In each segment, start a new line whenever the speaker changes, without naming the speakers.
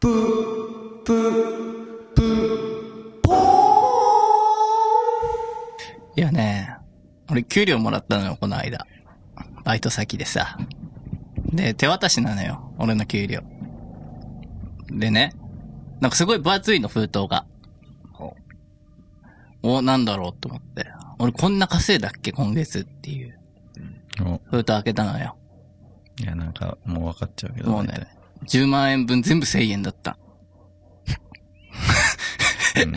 ぷ、ぷ、ぷ、ぽー
いやね、俺給料もらったのよ、この間。バイト先でさ。で、手渡しなのよ、俺の給料。でね、なんかすごい分厚いの、封筒が。お、なんだろうと思って。俺こんな稼いだっけ、今月っていう。
も
封筒開けたのよ。
ういや、なんか、もう分かっちゃうけど。
もうね、10万円分全部1000円だった。
大体。うん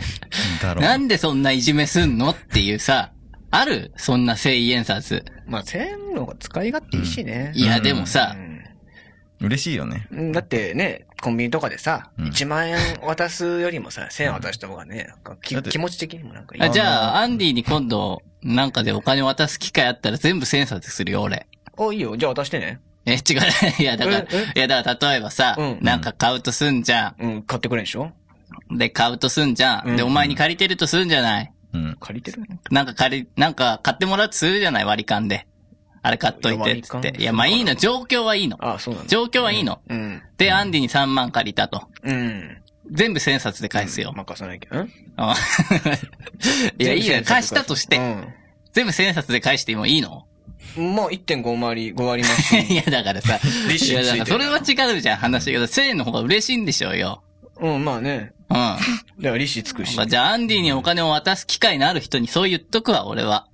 だろ う。
なんでそんないじめすんのっていうさ、あるそんな1000円札。
まあ、1000の方が使い勝手いいしね。
いや、でも
う
さ、
ん
嬉しいよね。
うんだってね、コンビニとかでさ、
うん
1万円渡すよりもさ、1000円渡した方がね、なんかき
だって
気持ち的にもなんかいい。
あじゃあ、アンディに今度、なんかでお金渡す機会あったら全部千冊するよ、俺。
あ、いいよ。じゃあ渡してね。
え、違う。い や、だから、い
え
や、だから例えばさ、
うん
なんか買うとすんじゃ
うん、買ってくれんでしょ
ん。で、買うとすんじゃん。で、
う
お
ん
前に借りてるとすんじゃない。
うん。
借りてる
なんか借り、なんか買ってもらうとするじゃない、割り勘で。あれ買っとい
いや
て、
割り
つっ
勘
て。いや、まあいいの、状況はいいの。
あ、そうなんだ。
状況はいいの。
うん。
で、アンディに3万借りたと。
うん。
全部千冊で返すよ。
任さないけど。ん
あ いや、いい
全
よ。
部千円札
貸したとして、全部千冊で返してもいいの
うん。まあ、1.5割、5割増 し。
いや、だからさ。
利子
いや、だ
つい
から
てる
それは違うじゃん、話が。1000円の方が嬉しいんでしょうよ。
うん、まあね。
うん。
だ
ま
から利子つくし。
あじゃあ、アンディにお金を渡す機会のある人にそう言っとくわ、俺は。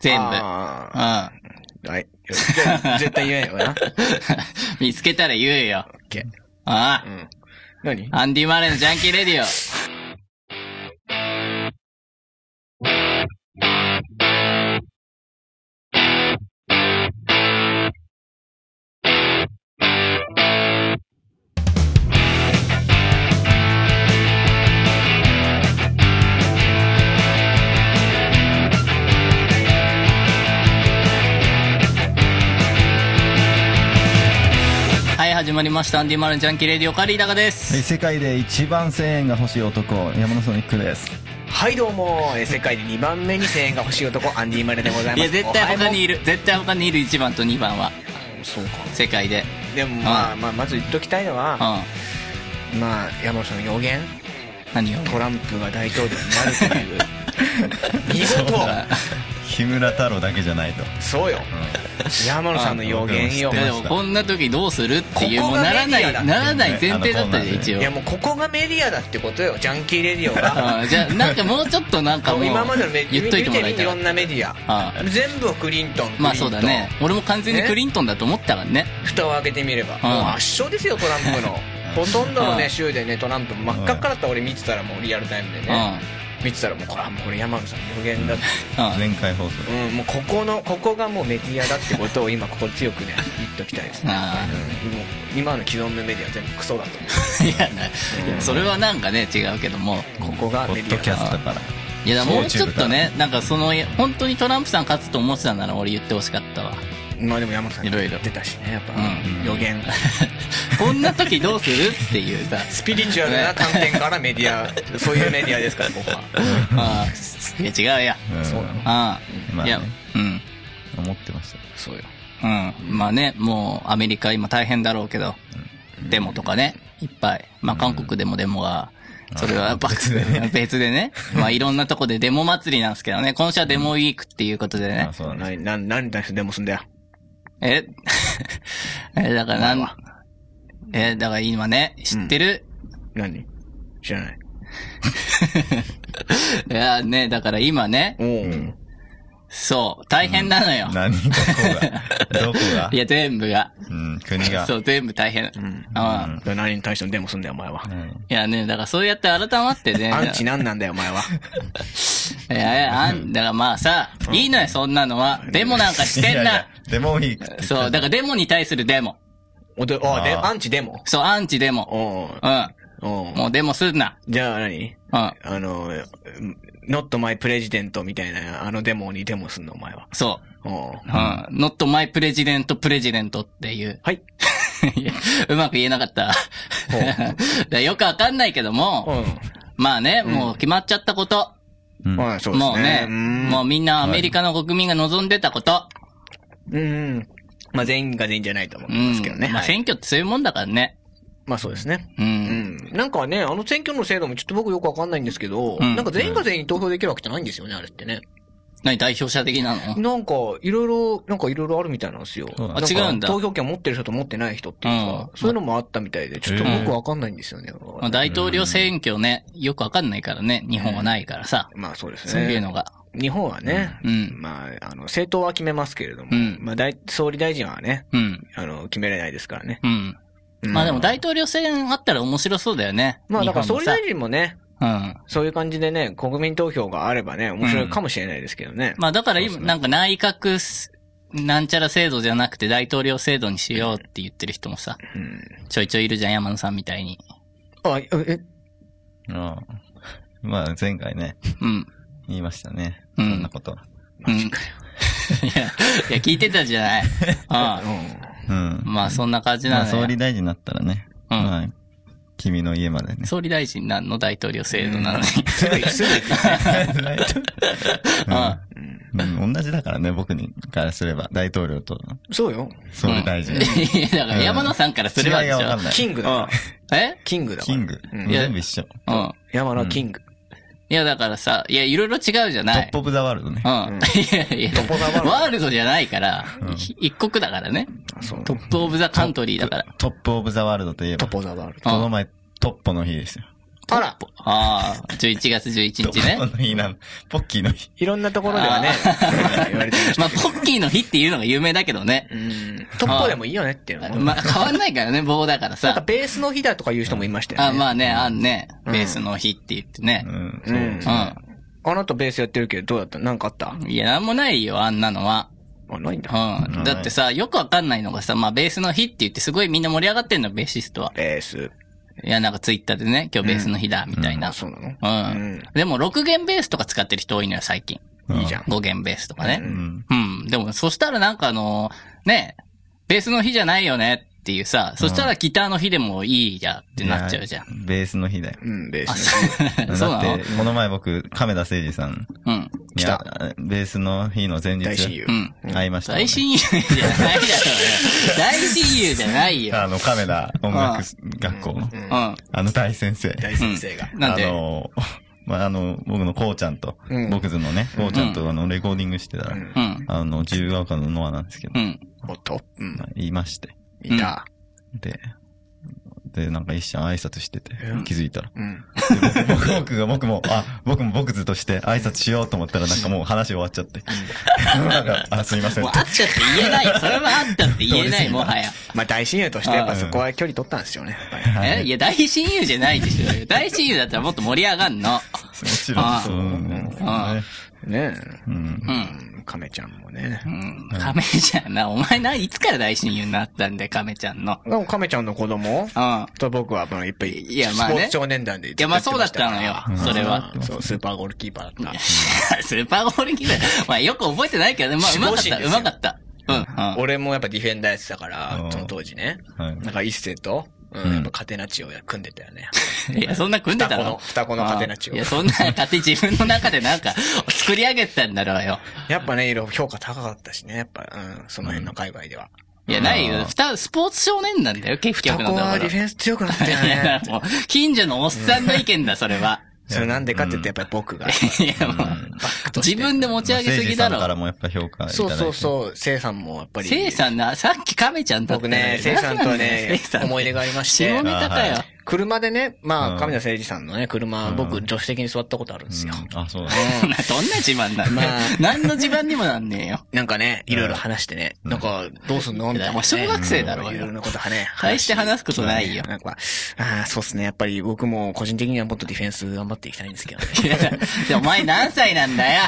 全部。う
あ
ん。
ーはい。じゃあ絶対言えんよな。
見つけたら言えよ。
オッケー。
あ
う
あ。
ん。何
アンディ・マレーのジャンキー・レディオ。はい、始まりました。アンディ・マレーのジャンキー・レディオ、カリーダカで
え
す。
世界で一番1000円が欲しい男、山野ソニックです。
はい、どうも。えー世界で2番目に1000円が欲しい男、アンディ・マレーでございます。
いや、絶
おは
対
ようも
他にいる。絶対他にいる1番と2番は。
そうか。
世界で。
でもまあまあまず言っときたいの
うん
は、。まあ山本さんの予言
何を。
トランプが大統領になるとい う見事
木村太郎だけじゃないと。
そうよ山野さんの予言よ
い
出
やで
まし
も
た
こんな時どうするっていう
ここ
もう
が
ならな
メディ
い
アだ
ならない前提だった
あの
じゃん一応
いやもうここがメディアだってことよジャンキーレディオが
うんじゃあなんかもうちょっとなんかもう
今までのメディア
言っといてもらい
見て
た
みろ
い
んなメディア
あ
全部クリントンクリントン
まあそうだね俺も完全にクリントンだと思ったからね
蓋を開けてみれば
ん
もう圧勝ですよトランプのほとんどの
うん
ね州でねトランプ真っ赤っかだった俺見てたらもうリアルタイムで
うん
ね見てたらもうこれはもうこれ山野さんの予言だって
うん
前回放送。
うん、もうここのここがもうメディアだってことを今ここ強くね言っときたいですね、
あ
うん、もう今の既存のメディア全部クソだと
ーいやないやそれはなんかね違うけども
思うここが
ポ
メ
ッ
デ
ド
ィ
キャ
ア
ス
だ
トから。
いやだからもう
YouTube
ちょっとねなんかその本当にトランプさん勝つと思ってたなら俺言ってほしかったわ
まあでも山本さん
いろいろ
出たしねやっぱ、
うん
予言
こんな時どうするっていうさ
スピリチュアルな観点からメディアそういうメディアですからここは
あーいや違うや
ん
そうなの
あ
ま
ーい
あね
やうん
思ってました。
そうよ
うん。まあね、もうアメリカ今大変だろうけど、デモとかね、いっぱい。まあ韓国でもデモが、それは別でね。 別でね。まあいろんなとこでデモ祭りなんですけどね。今週はデモウィークっていうことでね
あ、。そうなんだ。
何何何に対してデモすんだよ
え え、だから
お前
なん
は、
え、だから今ね、知ってる、
何知らない
いやね、だから今ね、
おお、
そう、大変なのよ。
何どこ がどこが
いや、全部が。
うん、国が。
そう、全部大変。うん。
だから何に対してデモすんだよお前は、
うん
いやね、だからそうやって改まって ね。
アンチ何なんだよお 前は
いやいや、あん、だからまあさ、いいのよ、そんなのは。デモなんかしてん
いやい
な
や。デモウィークって言ってた
そう、だからデモに対するデモ。
おでおで
あー
アンチデモ
そう、アンチデモ。
おー
うん。
おー
もうデモすんな。
じゃあ何
うん。
あの、not my president みたいな、あのデモにデモすんの、お前は。
そ
おう
う。うん。not my president president っていう。
はい。
いやうまく言えなかった。
ほう
だからよくわかんないけども、まあね、もう決まっちゃったこと。
うん
はい、そうですね。
もうね、もうみんなアメリカの国民が望んでたこと。
う、うん。まあ、全員が全員じゃないと思
う
いますけど
ん。
ね。
まあ
はい
選挙ってそういうもんだからね。
まあ、そうですね。
う。
うんん。うん。なんかね、あの選挙の制度もちょっと僕よくわかんないんですけど、
うん
なんか全員が全員投票できるわけじゃないんですよね、あれってね。
何代表者的なの
なんか、いろいろ、なんかいろいろあるみたいなんですよ。
そうな
だ
ん
なか
あ違うんだ
投票権持ってる人と持ってない人っていうか、
うん
そういうのもあったみたいで、ちょっと
へえ
僕わかんないんですよね。
まあ大統領選挙ね、よくわかんないからね、日本はないからさ。
まあそうですね。
そういうのが。
日本はね、
うん
まあ、あの、政党は決めますけれども、
うん
まあ大、総理大臣はね、
うん。
あの、決めれないですからね。
うん。
うん
まあでも大統領選あったら面白そうだよね。
まあ、だから
日本
総
も
理
さ
大臣もね、
うん。
そういう感じでね、国民投票があればね、面白いかもしれないですけどね。
まあだから今、なんか内閣す、なんちゃら制度じゃなくて大統領制度にしようって言ってる人もさ、ちょいちょいいるじゃん、山野さんみたいに。
あ、え、え
ああまあ、前回ね、
うん。
言いましたね。
う
そ
ん
んなこと。
うん。いや、いや聞いてたじゃない。 あ
うん
あ。。まあそんな感じ
ま
な
あ、
のよ。
総理大臣になったらね、
うん
まあ、君の家までね。
総理大臣なんの大統領制度なのに。
すぐ、すぐ行くね。
あ
うん、同じだからね、僕にからすれば、大統領と
そう よ。
総理大臣。
いやだから山野さんからすれば
違い
でし
が
ょ
わかんない。
キングだから。
え
キングだから。
キング。
うん
いや
全部一緒。
うん。
山田キング。
いやだからさ、いや、いろいろ違うじゃ
ト
ない
ップ。オブザワールドね
う。ん。いやいや、
ップオブザワールド
ワールドじゃないから、一国だからね。
あそう。
トップオブザカントリーだから。
トップオブザワールドといえ
ト
ば、こ
ポザワール
の前、トッポの日ですよ。
ド。あら、
ああ、11月11
ト
日
ッポ
ね。
の日なの。ポッキーの日。
いろんなところではね、言われてました。
まあ、ポッキーの日っていうのが有名だけどね。
うん。トッポでもいいよねっていうのも。
まあ、変わんないからね、棒だから
なんか
さ。
ベースの日だとか言う人もいましたよね。
あまあね、あんね、ベースの日って言ってね
う。ん。
う
そ
ん
う。。
う
あなたベースやってるけどどうだったなんかあった
ん。いや、なんもないよ、あんなのは。
あ、ないんだ。
うん。だってさ、よくわかんないのがさ、まあ、ベースの日って言ってすごいみんな盛り上がってんの、ベーシストは。
ベース。
いや、なんかツイッターでね、今日ベースの日だ、みたいな
あ、。そうなの
うん。でも、6弦ベースとか使ってる人多いのよ、最近。
いいじゃん。
5弦ベースとかね。
うん。
うん。でも、そしたらなんかあの、ね、ベースの日じゃないよねっていうさ、そしたらギターの日でもいいじゃんってなっちゃうじゃん。
ん。ベースの日だよ。
うん、ベー
あ、
ス。
そう そう
だっ
なの
て、この前僕、亀田誠二さん
うん。
に
来
あ、ベースの日の前日、
大親友
う。ん。
会いましたね。
大親友じゃないだろうよ。大親友じゃないよ。
あの、亀田音楽学校の、
うん。
あの大先生。
大先生が。
なん
あ
で
の、まあ、あの、僕のこうちゃんと、
うん
僕のね、こうちゃんとあの、レコーディングしてたら、
うん
うん。
あの、自由が丘のノアなんですけど、
うん。
おっとうん
ま。あ言いまして。
いた。
で、で、なんか一緒に挨拶してて
うん、
気づいたら。
うん。
で僕僕が、僕も、あ、僕も僕ずとして挨拶しようと思ったら、なんかもう話終わっちゃって。 なんか、あ、すいませ ん
もう。あっちゃって言えない。それはあったって言えない、もはや。
まあ大親友としてやっぱそこは距離取ったんですよね。やっぱり
えいや、大親友じゃないでしょ。大親友だったらもっと盛り上がんの。
もちろん、そう。うん
あ
ね
う
う
ん。
ん。
え。亀ちゃんもね。
うん。亀ちゃんな。お前な、いつから大親友になったんだよ、亀ちゃんの。
でも亀ちゃんの子供
うん。
と僕は、まあ、いっぱい、
いやまあね
スポーツ少年団でい
いやまあそうだったのよそれは
そう、スーパーゴールキーパーだっ
スーパーゴールキーパー。まあよく覚えてないけどね、まあうまか
守
っ
護神
た、
です
う
よ
まかった。うん。
た。
うん
俺もやっぱディフェンダーやってたから
う、ん
その当時ね。
はい
なんか一世と、う、
うんん
やっぱカテナチオや組んでたよ ね。
いや、そんな組んでたの
双子の双子のカテナチオ
いや、そんな勝手に自分の中でなんか作り上げてたんだろうよ。
やっぱね、いろいろ評価高かったしね、やっぱ、うん、その辺の界隈では。
いや、ない
あ
よ。
ー
ふた、スポーツ少年なんだよ、結
タ
局の
コ
とこ
は
ろ。
ディフェンス強くなったよ
いや、だ
ね
か。らもう、近所のおっさんの意見だ、それは。
それなんでかって言ってやっぱり僕が。
いや、もう、自分で持ち上げすぎだ
まあ誠司さんから
ろ。
もやっぱ評価いただいて。
そうそうそう、せいさんもやっぱり。
せいさんな、さっき亀ちゃんだった
僕ね、せいさんと ね、思い出
が
がありまし
下
て
ネ。タかよ。
車でね、ま
う
あ、
ん
神田誠司さんのね、車、
うん
僕、助手席に座ったことあるんですよ。
うん。あ、そうだ。
どんな自慢なんだよ
まあ。
何の自慢にもなんねえよ。
なんかね、いろいろ話してね、なんか、どうすんのみたいな、ね。
小学生だろうよ
いろいろなことはね、
大して話すことないよ。
なんか、ああ、そうっすね。やっぱり僕も個人的にはもっとディフェンス頑張っていきたいんですけどね。
いやでお前何歳な んだよ。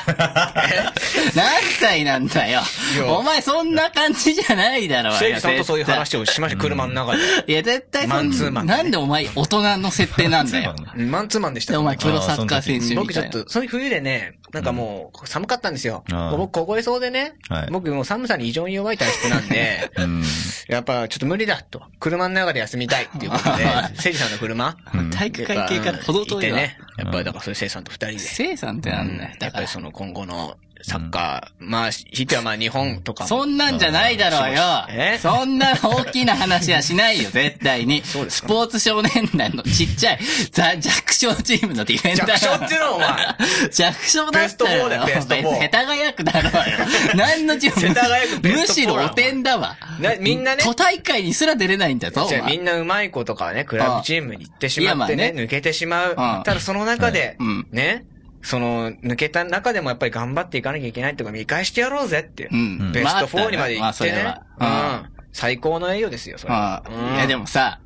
何歳なんだよ
い。や
お前そんな感じじゃないだろうよ。
誠司さんとそういう
絶対
話をしました、車の中で。
いや、絶対
マンツ
そ
ー
ん
マン
なんでお前大人の設定なんだよ。
うん マンツーマンでし
で
た。
お前プロサッカー選手み
僕ち
た
ょっ
いな。
と、そういう冬でね、なんかもう、寒かったんですよ。
ああ
僕、凍えそうでね、
はい
僕もう寒さに異常に弱い体質なんで、
うん。
やっぱちょっと無理だと。車の中で休みたいっていう ことで、誠司さんの車
うん
体育会系から程遠い
て
わ。
ね。やっぱりだからそういう生産と二人で。
生さんってなんだよ。
や
だ
っ
か
ぱ
ら
り。その今後のサッカー、まあ、ひいてはまあ日本とかも。
そんなんじゃないだろうよ
そうえ。
そんな大きな話はしないよ、絶対に。
そうです
ス
か
ポーツ少年団のちっちゃい、ザ弱小チームのディフェンダー。
弱小っていうのはお前。
弱小だったらよ。
ベスト4だよベスト4
世田谷区だろうよ。 何のチーム
世田谷区ベ
む
スト4
しろおてんだわ。
な みんなね
都大会にすら出れないんだぞ。お
じ
前
ゃあみんなうまい子とかはね、クラブチームに行ってしまって
いや
ね、
まあね
抜けてしまう。
ん
ただその中で
うん、
ね、その、抜けた中でもやっぱり頑張っていかなきゃいけないっていうか、見返してやろうぜっていうう。
ん
ベスト
まああった
4
ね
にまで行ってね。う
まあ
ん。最高の栄誉ですよ、それは。
うんいやで
も。
もさ、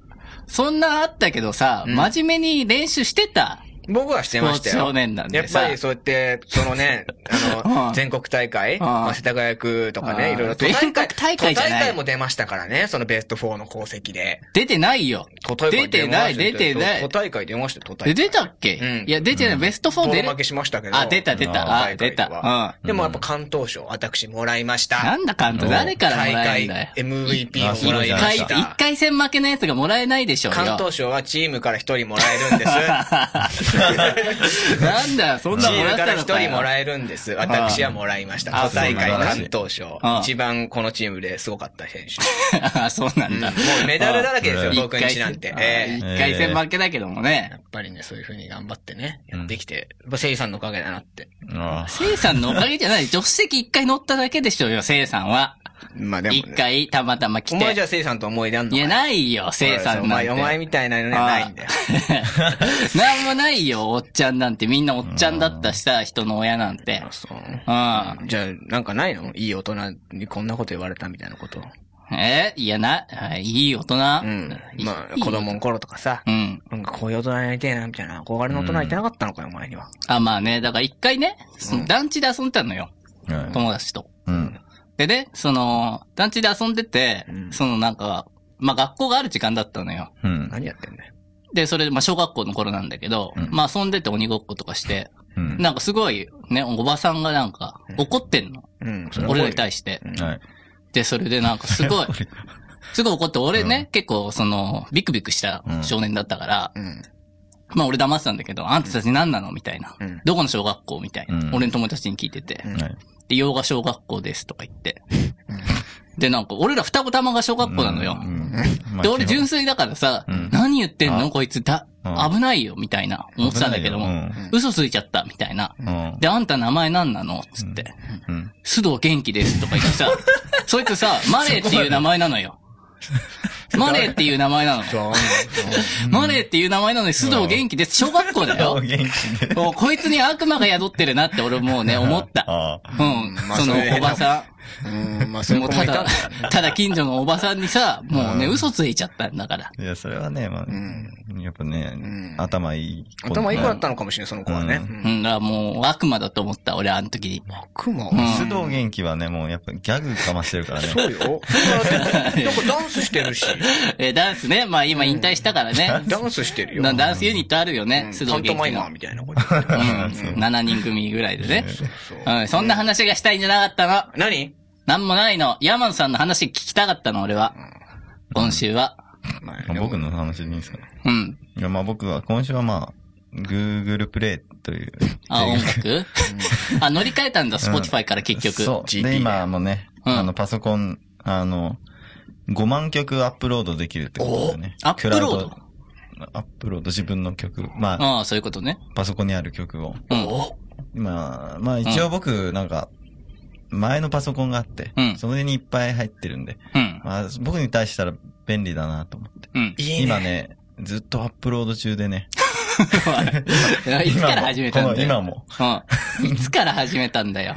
そんなあったけどさ、
うん
真面目に練習してた。
僕はしてましたよ。
スポーツ少年なん
や
で
っ
さ
ぱりそうやって、そのね、あ
う
の、
ん
全国大会、
ん
まあ世田谷区とかね、
うん
いろいろ都大
全国
会、
大会じゃない
都大会も出ましたからね、そのベスト4の功績で。
出てないよ。
都大会
出てない、
まし
出
た
てない
都。大会出ましたよ、都大
え
会。
出たっけ、
うん
いや、出てない。ベスト
ボ
4
ロ
出
負
る
け。しましたけど。
あ、出た、出た。あ、
大会
出
では
た。うん。
でもやっぱ関東賞、私もらいました。
なんだかんと
うん
誰からも
大
らえる
会
んだよ。
MVP
あ
をもらい
一
ま
回、
し
一
た。
回戦負けのやつがもらえないでしょうよ。
関東賞はチームから一人もらえるんです。
なんだよ、そん
チ
なも
ー
ら
ム
っ
から
た
一
の
人
かよ。
もらえるんです。私はもらいました。
あ
都大会
そうなん
関
だ
東賞
うん。
一番このチームですごかった選手。
あ そうなん
も
だ。
うメダルだらけですよ、
うん
僕んちなんて
一。回
え
戦
え
一回戦負けだけども
や
ね。
っぱりね、そういう風に頑張ってね、やってきて、やっぱせいさんのおかげだなって。
あ
せいさんのおかげじゃない。助手席一回乗っただけでしょうよ、せいさんは。
まあで
一回たまたま来
お前じ
て。
ゃあせいさんと思い出あんの
い
か
や、ないよ、せいさん
お
なんて。
前、お前みたいなのね、
ああ
ないんだよ。
なんもないよ、おっちゃんなんて。みんなおっちゃんだったした人の親なんて。
そう。
う
じゃあ、なんかないのいい大人にこんなこと言われたみたいなこと。
ん。えいや、な、あいい大人。
うん。まあ、
いい
子供の頃とかさ、
うん。
なんかこういう大人になりたいな、みたいな。憧れの大人になりたかったのかよ、お前には。
あ、まあね、だから一回ね、その団地で遊んでたのよ。
あ。はい
友達と。
うん。
でね、その、団地で遊んでて、
うん
そのなんか、まあ学校がある時間だったのよ。
うん。
何やってんだよ。
で、それで、まあ小学校の頃なんだけど、
うん
まあ遊んでて鬼ごっことかして、
うん。
なんかすごい、ね、おばさんがなんか、怒ってんの。
うん、それは
俺らに対して。
はい。
で、それでなんかすごい、すごい怒って、俺ね、結構、その、ビクビクした少年だったから、
うん。
まあ俺黙ってたんだけど、あんたたち何なのみたいな、
うん
どこの小学校みたいな、
うん
俺の友達に聞いてて。
はい。
で、洋画小学校ですとか言って。で、なんか、俺ら双子玉が小学校なのよ。
うん。
で、俺純
純
粋だからさ、
うん
何言ってんの
あ
こいつだ、
うん
危ないよ、みたいな、思ってたんだけども、嘘ついちゃった、みたいな。
うん。
で、あんた名前何なのつって、
うん。
須藤元気ですとか言って さ、そいつさ、マレーっていう名前なのよ。マレーっていう名前なの。マレーっていう名前なのに須藤元気です。小学校だ
お
よ。
元気で。
もうこいつに悪魔が宿ってるなって俺もうね、思った。
ああ。
うん
ま。あ
その
それ
おばさ
うん、まあ、そ
ん。
れ
も
も
うた
た
だ
だ。、
ただ近所のおばさんにさ、もうね、
うん
嘘ついちゃったんだから。
いや、それはね、まあ、やっぱね、頭いい。
頭いい子だったのかもしれない、その子はね。
う
う
うん
ん、だからもう悪魔だと思った、俺あの時。
悪魔
ん
須藤元気はね、もうやっぱギャグかましてるからね。
そうよ。だってなんかダンスして るし、
え、ダンスね、まあ今引退したからね。
ダンスしてるよ。
なダンスユニットあるよね、
うん
須
パ
藤
ント
元
マ
気
イマ
の
ー。みたいなこと。
うん、7人組ぐらいでね。
そう
うん、そんな話がしたいんじゃなかったの。
何
なんもないの。山野さんの話聞きたかったの、俺は。今週は。
まあ
僕の話でいいんですか
うん。
いや、まあ僕は、今週はまあ、Google プレイという。
あ、音楽あ、乗り換えたんだ、Spotify から結局。
そう。
GP
で、
で
今もね、
うん
あの、パソコン、あの、5万曲アップロードできるってことだよね。
おアップロード
クラウドアップロード自分の曲。まあ、
ああ、そういうことね。
パソコンにある曲を。
うん。
まあ、まあ一応僕、なんか、前のパソコンがあって、
うん
それにいっぱい入ってるんで、
うん。
まあ僕に対したら便利だなと思って。
うん。
いいね。
今ね、ずっとアップロード中でね。
いつから始めたんだよ。
今も。こ
うん。いつから始めたんだよ。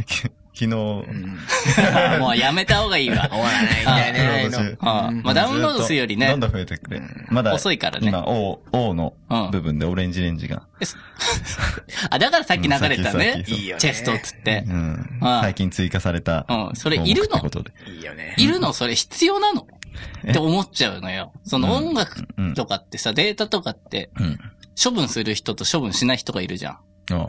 の今も。昨
う
日、
ん
もうやめた方がいい わ。
終わらないみたいね。
あ
ないの
あまあダウンロードするよりね
どんどん増えてくれ。まだ、
遅いからね
今、O、O の部分でオレンジレンジが。
あ、だからさっき流れたね。
うん先
いいよね
チェストっつって
う。ん。
ああ
最近追加された。
うんそれいるの
項目ってことで
いいよね。
いるのそれ必要なのって思っちゃうのよ。その音楽
うん。
とかってさ、データとかって、
うん。
処分する人と処分しない人がいるじゃん。
あ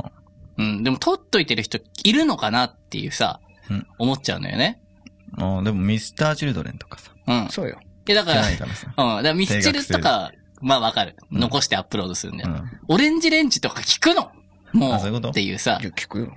あ
うん、でも取っといてる人いるのかなっていうさ、
うん
思っちゃうのよね。
ああ、でもミスターチルドレンとかさ。
うん。い
そうよ。
や、だか
じゃ
ら、
ない
うん、
からさ。
だからミスチルとか、まあわかる。残してアップロードするんだ
う
よ。
ん。
オレンジレンジとか聞くのも
あそういうこ
う、
と
っていうさ
いや、聞くよ。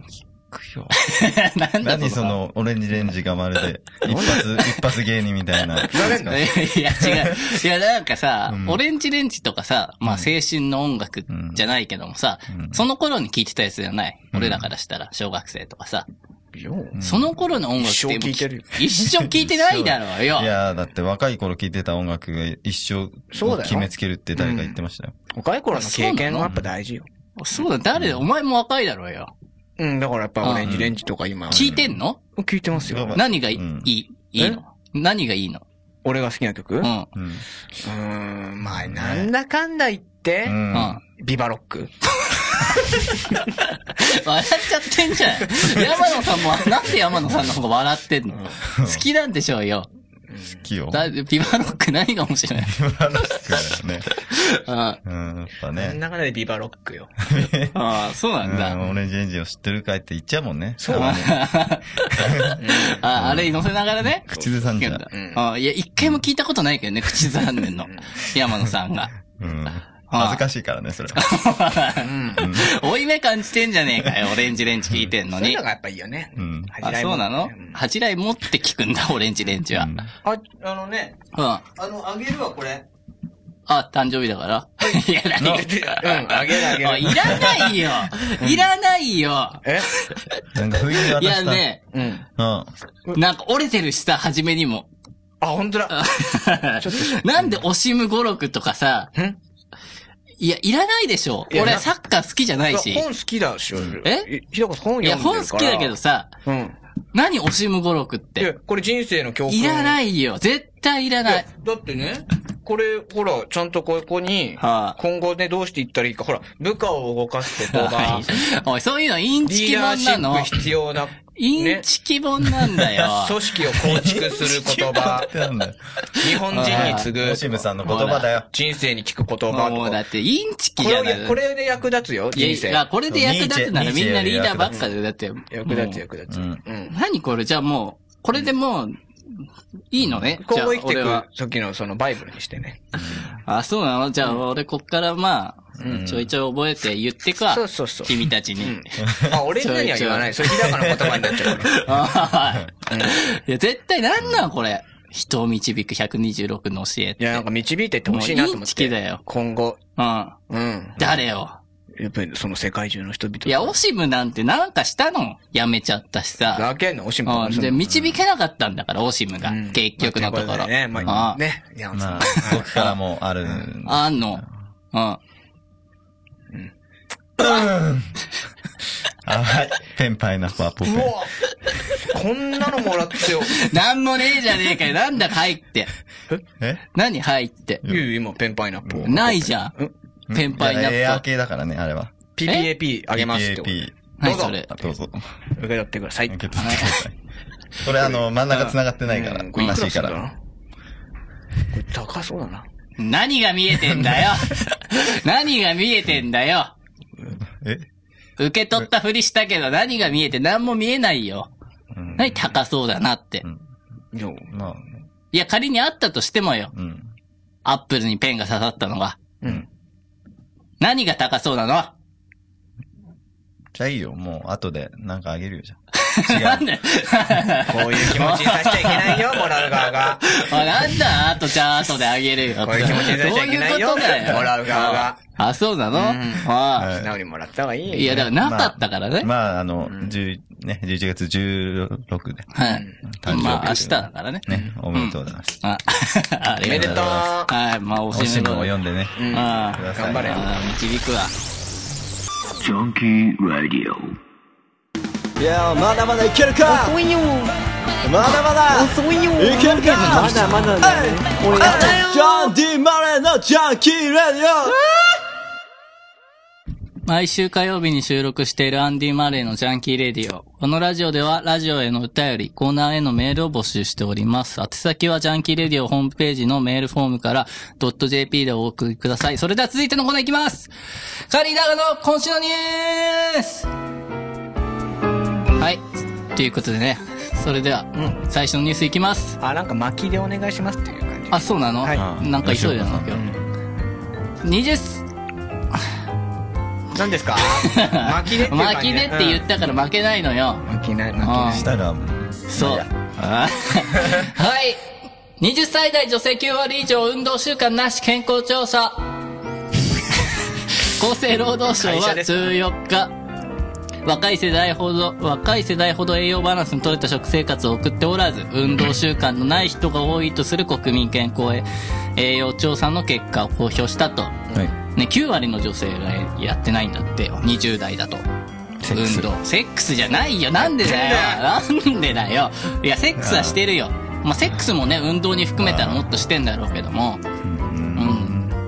標。
なんだ
何その、オレンジレンジがまるで、一発、一発芸人みたいな。
言われんの
いや、違う。いや、なんかさ、
うん
オレンジレンジとかさ、まあ、青春の音楽じゃないけどもさ、
うん
その頃に聴いてたやつじゃない。
うん
俺らからしたら、小学生とかさ、
よう
うん
その頃の音楽って
一生聴いてるよ
一生聴いてないだろうよ
い。やー、だって若い頃聴いてた音楽が一生
そうだよ
決めつけるって誰か言ってましたよ。
若い頃の経験はやっぱ大事よ。
そうだ、誰だ、お前も若いだろうよ。
うん、だからやっぱオレンジレンジとか今。
聴いてんの
聞いてますよ
うん。
何がいい、
うん
いいいいの何がいいの
俺が好きな曲
う。
うん
うん。
うん。
ーん、まあ、なんだかんだ言って
う、
笑
ん。
ビバロック。
っちゃってんじゃん。山野さんも、なんで山野さんの方が笑ってんの好きなんでしょうよ。
好きよ。
だビバロック何が面白いの
素晴らしくだよね。
あ
うん、やっぱ
なん
ね。
だかんだでビバロックよ。
あ、そう
う
なんだ。
ん、オレンジレンジを知ってるかいって言っちゃうもんね。
そう
だ
だ
ね。
あ、あれに乗せながらね。
口ずさんじゃ
聞
う
く。
うん
んだ。あいや、一回も聞いたことないけどね、口ずさんでんの。山野さんが。
うん。恥ずかしいからね、それは。
うん。
追い目感じてんじゃねえかよ、オレンジレンジ聞いてんの
そういう
に
の。がやっぱいいよね
う。ん。
あ、そうなの
うん
恥じらい持って聞くんだ、オレンジレンジは。
う
うんん。
あ、あのね、
あ、
あの、あげるわ、これ。
誕生日だから。 いや、何言って
うん、あげるあげ
あい
る。
らないよいらないよ
え
なんか不意に渡
いや
した。
ね、
うん。
うん。
なんか折れてるしさ、初めにも。
あ、ほんとだ。ちょっ
なんでオシム語録とかさ、
と。ん
いや、いらないでしょ。
いや
俺
な
サッカー好きじゃないし。
本好きだし、俺
え
ひどこ本読ん
い
で
や、
るから。
本好きだけど。さ、
うん。
何オシム語録っ
いや、
て。
これ人生の教訓。。
いらないいよ。絶対いらない。
だってね、これ、ほら、ちゃんとここに、
はあ
今後ね、どうしていったらいいか、ほら、部下を動かす ことが、
おい、そういうのインチ
リ
キ
ーダ
も
ー
ん
シ
なの
ッ。プ必要な、
イン
ね、
チキ本なんだよ。
組織を構築する言葉
っ、てなんだよ。
日本人に次ぐ
オシムさんの言葉だよ。
人生に聞く言葉
もう
と
だ
か。
って、インチキ
こ
じゃ
れを
ない。
これで役立つよ、人
い
生。
や、これで役立つなら
ニーチェ
みんなリーダーばっかで、だって。
役立つ、
も
役立つ。
う
うん。
うん何これじゃあもう、これでもう、いいのねじ
今
ゃあ
後生きて
俺
い
は
く時のそのバイブルにしてね。
あ、そうなのじゃあ俺こっからまあ、ちょいちょい覚えて言ってくわ。
そうそうそう。
君たち
う
に
ん。まあ、俺には言わない。それ日高の言葉になっちゃうから。
あーいや、絶対なんなんこれ。人を導く126の教えっ
い
て。
や、なんか導いてってほしいなと思
もうイン
っ
チキ
て。
だよ
今後。
うん。
うん。
誰よ。
やっぱりその世界中の人々。
いや、オシムなんてなんかしたのやめちゃったしさ。
ラケンのおしむ
うん。で、導けなかったんだから、オシムが
うん。
結局のとこ
まあ
ろ。
いうでね、ま
う
あ、
ん
ね。いや、
まあ
まあ、、
僕からもある。
あんの。うん。
あ、はい。ペンパイナッパーポペン。
うわこんなのもらって よ。
なんもねえじゃねえかよ。なんだ、入って。
え
何入って。
ゆう、今、ペンパイナップを。
ないじゃ
うん
ん。ペンパイナ
いやエ
ッ
アー
プル。
系だからね、あれは。
PPAP あげますってこと。
PAP。
どう
何
ぞ
それ。
どうぞ。
受け取ってください。
受け取ってください。これあの、真ん中繋がってないか
う
ら、
ん
悲しい
くらすん
か。ら。
だろうこれ高そうだな。
何が見えてん だよ何が見えてんだよ
え
受け取ったふりしたけど何が見えて何も見えないよ。
うん
何高そうだなって。
いや
まあ、
いや、仮にあったとしてもよ。
うん。
アップルにペンが刺さったのが。
うん。
何が高そうなの
じゃあいいよ、もう、後で、なんかあげるよ、じゃ
なんで
こういう気持ちにさせちゃいけないよ、もらう側が。
あ、なんだあとじゃあ後であげるよ。
こういう気持ちにさせちゃいけないよ、
どういうことだよ。
もらう側が。
あ、そうなの、
は
あ
素直にもらった方がいい
あ
よ。
いや、だからなかったからね。
あ。まあ、あの、十、ね、11月16で、
はい。
誕生日。
まあ、明日だ。からね。
ね、おめでとうございます。
あ、あ
おめ
り
でと
がと
う
う。。はい、まあ、お
おし
し
も
め
を
を
読んでね。
うん。頑
あ
ください
張れよ。
あ、導くわ。
Junkie Radio.
いやまだまだいけるか遅いよまだまだ遅いよいけるかまだまだだねジョン・ディ・マレーのジャンキー・レディオ
毎週火曜日に収録しているアンディ・マレーのジャンキー・レディオ。このラジオでは、ラジオへの歌より、コーナーへのメールを募集しております。宛先は、ジャンキー・レディオホームページのメールフォームから、.jp でお送りください。それでは続いてのコーナーいきますカリーダガの今週のニュースはい。ということでね、それでは、最初のニュースいきます。
あ、なんか巻きでお願いしますっていう感じ。
あ、そうなの、
はい
なんか急いだな、今日。20
何 ですか巻きでっていう感じ
巻きでって言ったから負けないのよ。
うん巻きない、
う
巻
ん
したら、
そう。あはい。20歳代女性9割以上運動習慣なし健康調査。 厚生労働省は
会社ですか
14日、若い世代ほど、若い世代ほど栄養バランスの取れた食生活を送っておらず、運動習慣のない人が多いとする国民健康栄養調査の結果を公表したと。
はい。
ね、9割の女性がやってないんだって、20代だと。
セックス
運動。セックスじゃないよ。なんでだよ。なんでだよ。いや、セックスはしてるよ。まあ、セックスもね、運動に含めたらもっとしてんだろうけども。うん。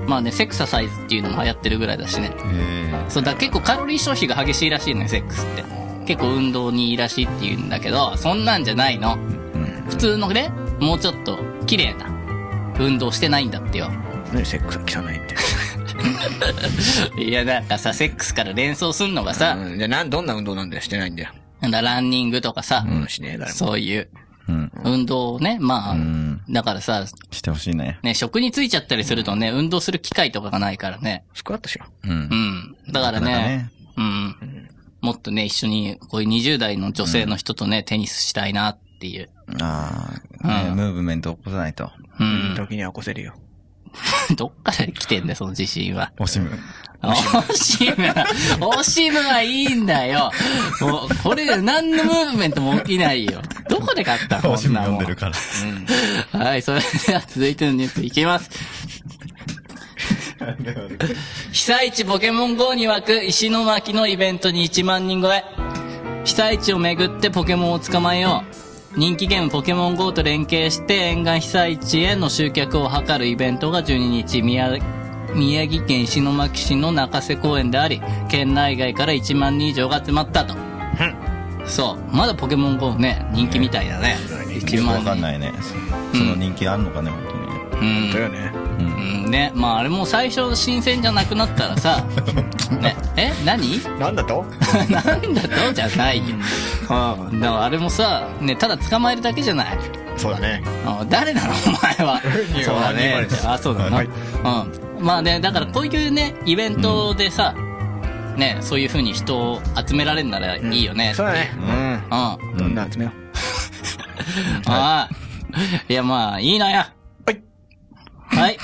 まあね、セクササイズっていうのも流行ってるぐらいだしね。
えー
そうだ、結構カロリー消費が激しいらしいのよ、セックスって。結構運動にいいらしいって言うんだけど、そんなんじゃないの。普通のね、もうちょっと、綺麗な、運動してないんだってよ。
き。何セックス汚いって。
いや、なんかさ、セックスから連想すんのがさ、
うん、じゃあなん、どんな運動なんだよ、してないんだよ。
なんだ、ランニングとかさ、
うん、しねえ、誰も。
そういう
うん。
運動をね、まあ、
ん
だからさ、
してほしいね。
ね、職に就いちゃったりするとね、運動する機会とかがないからね。
スクワットしろ。
うん
う。ん。だからね、
なかなかね
うん。もっとね、一緒に、こういう20代の女性の人とね、テニスしたいなっていう。
ああ、ね
うん
ムーブメント起こさないと。
う
うん。
ん。
時には起こせるよ。
どっから来てんだよ、その自信は。
惜しむ。
オシム、オシムはいいんだよ。もう、これで何のムーブメントも起きないよ。どこで買ったの
惜
こ
し
ん
む
な
読ん
もん
でるから。
はい、それでは続いてのニュースいきます。被災地ポケモン GO に湧く石巻のイベントに1万人超え。被災地をめぐってポケモンを捕まえよう。人気ゲームポケモン GO と連携して沿岸被災地への集客を図るイベントが12日宮、宮城県石巻市の中瀬公園であり、県内外から1万人以上が集まったと。そう。まだポケモン GO ね、人気みたいだね。1
よく
万
わ
人。
かんないね。その人気あんのかね、本当にね。
うん
だ。よね。
うんね、まああれも最初新鮮じゃなくなったらさ、ね、え何
なんだと
なんだとじゃないよ。うん。だからあれもさ、ね、ただ捕まえるだけじゃない。
そうだね。
うん誰なのお 前は。
いや
そうだ
アニマ
ね
ルで。す
あ、そうだな。
は
う
い
ん。まあね、だからこういうね、イベントでさ、ね、そういう風に人を集められるならいいよね。
そうだね。
うん。あ
うん。どんな集めよう。
あ。いやまあ、いいのよ。
はい。
はい。